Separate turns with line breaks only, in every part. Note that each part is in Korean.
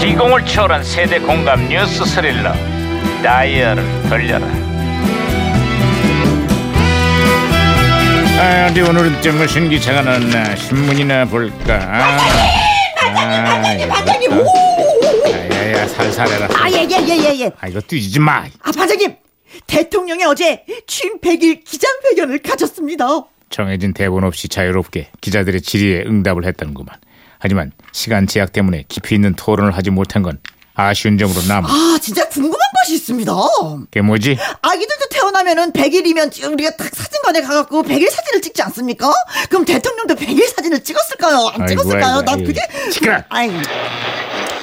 시공을 초월한 세대 공감 뉴스 스릴러 다이얼을 돌려라 아, 어디 오늘은 어떤 무슨 기사가 났나 신문이나 볼까 반장님
반장님,
야야야 살살해라
아, 예, 예, 예, 예, 예.
아 이거 뛰지 마
아, 반장님! 대통령이 어제 취임 100일 기자회견을 가졌습니다.
정해진 대본 없이 자유롭게 기자들의 질의에 응답을 했다는구만. 하지만 시간 제약 때문에 깊이 있는 토론을 하지 못한 건 아쉬운 점으로 남아.
아, 진짜 궁금한 것이 있습니다.
그게 뭐지?
아기들도 태어나면은 100일이면 우리가 딱 사진관에 가갖고 100일 사진을 찍지 않습니까? 그럼 대통령도 100일 사진을 찍었을까요? 안
아이고,
찍었을까요?
아이고,
나
아이고.
그게.
시끄러.
아이,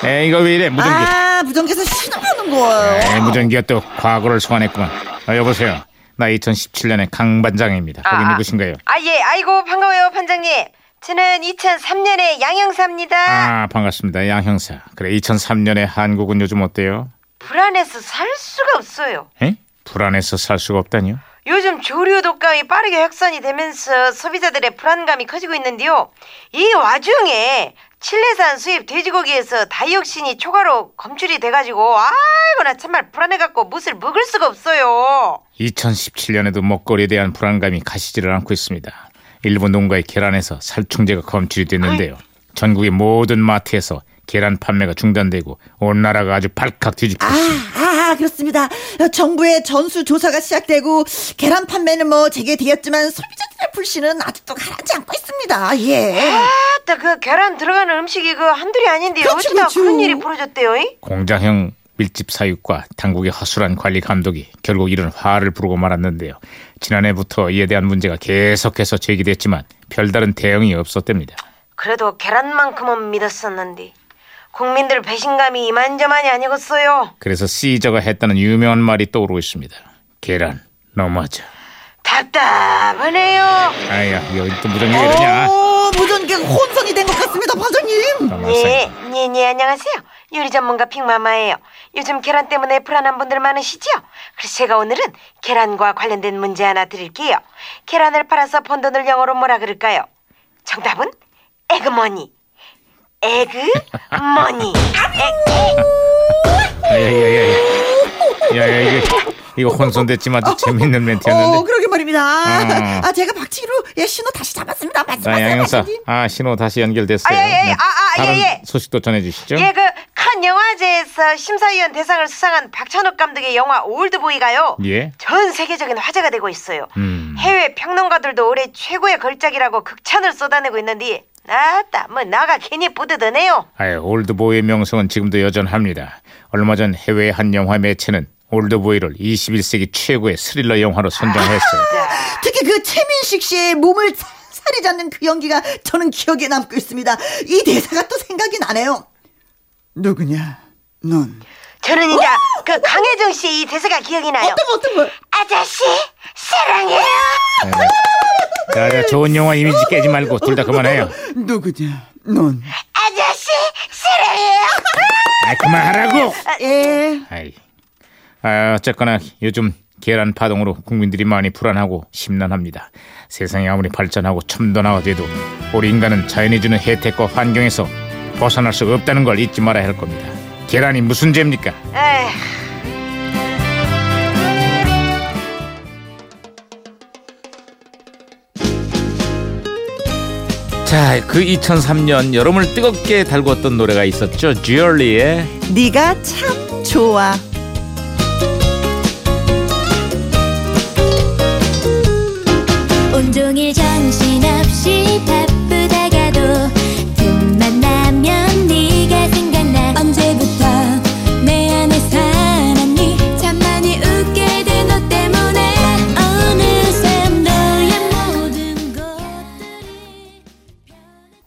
에 이거 왜 이래 무전기?
아, 무전기에서 신호하는 거예요.
에 무전기가 또 과거를 소환했구만. 아, 여보세요. 나 2017년의 강 반장입니다. 거기
아, 아.
누구신가요?
아, 예, 아이고, 반가워요, 판장님. 저는 2003년에 양형사입니다.
아 반갑습니다, 양 형사. 그래 2003년의 한국은 요즘 어때요?
불안해서 살 수가 없어요.
에? 불안해서 살 수가 없다니요?
요즘 조류 독감이 빠르게 확산이 되면서 소비자들의 불안감이 커지고 있는데요. 이 와중에 칠레산 수입 돼지고기에서 다이옥신이 초과로 검출이 돼가지고 아이고 나 정말 불안해갖고 무엇을 먹을 수가 없어요.
2017년에도 먹거리에 대한 불안감이 가시지를 않고 있습니다. 일본 농가의 계란에서 살충제가 검출이 됐는데요. 전국의 모든 마트에서 계란 판매가 중단되고 온 나라가 아주 발칵 뒤집혔습니다.
아, 아, 그렇습니다. 정부의 전수조사가 시작되고, 계란 판매는 뭐 재개되었지만, 소비자들의 불신은 아직도 가라앉지 않고 있습니다. 예.
아따 그 계란 들어가는 음식이 그 한둘이 아닌데
그렇죠,
어쩌다
그렇죠.
그런 일이 벌어졌대요. 잉?
공장형 밀집 사육과 당국의 허술한 관리 감독이 결국 이런 화를 부르고 말았는데요. 지난해부터 이에 대한 문제가 계속해서 제기됐지만 별다른 대응이 없었답니다.
그래도 계란만큼은 믿었었는데 국민들 배신감이 이만저만이 아니겠어요.
그래서 시저가 했다는 유명한 말이 떠오르고 있습니다. 계란 넘어져.
답답하네요.
아야 여기 또 무전기 왜 이러냐?
오, 어, 무전기가 혼선이 된 것 같습니다, 반장님.
가만있어.
예, 예, 예, 안녕하세요. 요리 전문가 빅마마예요. 요즘 계란 때문에 불안한 분들 많으시죠? 그래서 제가 오늘은 계란과 관련된 문제 하나 드릴게요. 계란을 팔아서 번 돈을 영어로 뭐라 그럴까요? 정답은 에그머니. 에그머니.
야야야야. 예, 야야 이거 이거 혼선됐지만 또 재밌는
어,
멘트였는데.
그러게 말입니다.
어.
아, 제가 박치기로 예, 신호 다시 잡았습니다.
자
말씀하세요,
양형사,
반장님.
아 신호 다시 연결됐어요.
어, 아, 예, 예,
네.
아, 아, 예,
다른
예.
소식도 전해주시죠.
예, 그 칸 영화제에서 심사위원 대상을 수상한 박찬욱 감독의 영화 올드보이가요.
예.
전 세계적인 화제가 되고 있어요.
음.
해외 평론가들도 올해 최고의 걸작이라고 극찬을 쏟아내고 있는데 아따 뭐 나가 괜히 뿌듯하네요.
아유, 올드보이의 명성은 지금도 여전합니다. 얼마 전 해외의 한 영화 매체는 올드보이를 21세기 최고의 스릴러 영화로 선정했어요.
자,
특히 그 최민식 씨의 몸을 살살이 잡는 그 연기가 저는 기억에 남고 있습니다. 이 대사가 또 생각이 나네요. 누구냐, 넌.
저는 이제 그 강혜정 씨의 이 대사가 기억이 나요.
어떤, 거, 어떤, 거.
아저씨 사랑해요.
네. 자, 자, 좋은 영화 이미지 깨지 말고 둘 다 그만해요.
누구냐, 넌.
아저씨 사랑해요.
아, 그만하라고.
예.
아이. 아, 어쨌거나 요즘 계란 파동으로 국민들이 많이 불안하고 심란합니다. 세상이 아무리 발전하고 첨단화돼도 우리 인간은 자연이 주는 혜택과 환경에서 벗어날 수 없다는 걸 잊지 말아야 할 겁니다. 계란이 무슨 죄입니까?
에휴.
자, 그 2003년 여름을 뜨겁게 달구었던 노래가 있었죠. 듀얼리의
네가 참 좋아.
온종일 정신없이 바쁘다가도 틈만 나면 네가 생각나 언제부터 내 안에 살았니 참 많이 웃게 된 너 때문에 어느새 너의 모든 것들이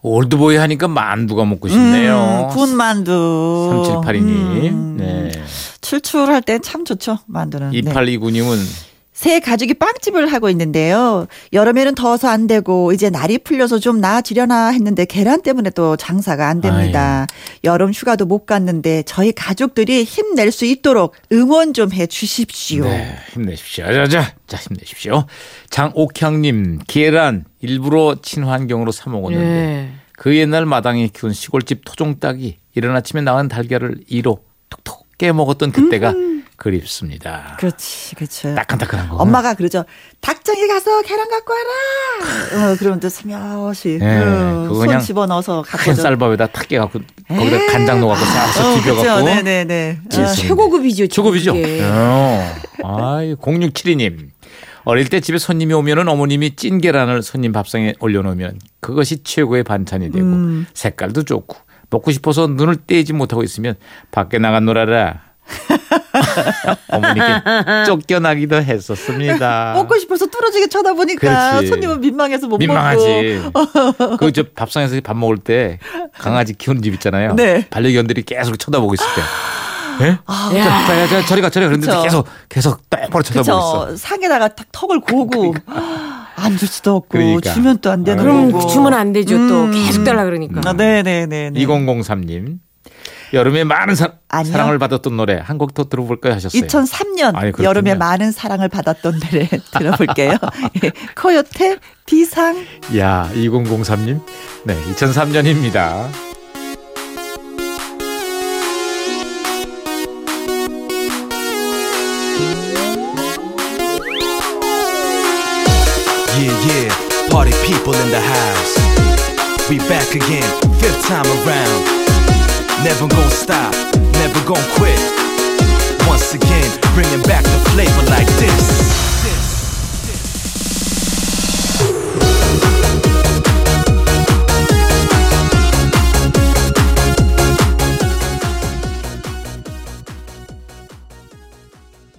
올드보이 하니까 만두가 먹고 싶네요.
음, 군만두.
3782님.
음,
네.
출출할 때 참 좋죠, 만두는. 네.
2829님은
새 가족이 빵집을 하고 있는데요. 여름에는 더워서 안 되고 이제 날이 풀려서 좀 나아지려나 했는데 계란 때문에 또 장사가 안 됩니다. 여름 휴가도 못 갔는데 저희 가족들이 힘낼 수 있도록 응원 좀 해 주십시오.
네, 힘내십시오. 자, 자, 자,
네.
힘내십시오. 장옥향님 계란 일부러 친환경으로 사 먹었는데
그 옛날 마당에 키운 시골집 토종닭이 이른 아침에 나간 달걀을 이로 톡톡 깨먹었던 그때가 그립습니다.
그렇지, 그렇죠.
따끈따끈한 거.
엄마가 그러죠. 닭장에 가서 계란 갖고 와라. 어, 그러면 또 스며시
예,
어,
그거
손
그냥
집어 넣어서 갖고
큰
오죠.
쌀밥에다 탁 깨갖고 거기다 간장 넣어갖고 싹싹 비벼갖고.
네. 네네네. 어,
찌-
아, 최고급이죠.
초급이죠?
그게.
어. 아이, 0672님. 어릴 때 집에 손님이 오면은 어머님이 찐 계란을 손님 밥상에 올려놓으면 그것이 최고의 반찬이 되고
음.
색깔도 좋고 먹고 싶어서 눈을 떼지 못하고 있으면 밖에 나가 놀아라. 어머니께 쫓겨나기도 했었습니다.
먹고 싶어서 뚫어지게 쳐다보니까
그렇지.
손님은 민망해서 못 먹고.
민망하지. 그 저 밥상에서 밥 먹을 때 강아지 키우는 집 있잖아요.
네. 아,
반려견들이 계속 쳐다보고 있을 때. 예? 자, 자, 자, 저리 가, 저리 가. 그런데
그쵸.
계속 계속 똑바로 쳐다보고 있어.
그쵸. 상에다가 탁 턱을 고고. 아, 안 줄 수도 없고.
그러니까.
주면 또 안 되는
그럼
거고. 음.
주면 안 되죠. 또
음.
계속 달라 그러니까.
아, 네네네.
2003님. 여름에 많은 사,
아니요.
랑을 받았던 노래 한 곡 더 들어볼까요 하셨어요.
2003년
아니, 그렇군요.
여름에 많은 사랑을 받았던 노래 들어볼게요. 예, 코요태 비상.
야, 2003님. 네, 2003년입니다.
Yeah, yeah, party people in the house. We back again, fifth time around. Never gonna stop, never gonna quit. Once again, bringing back the flavor like this.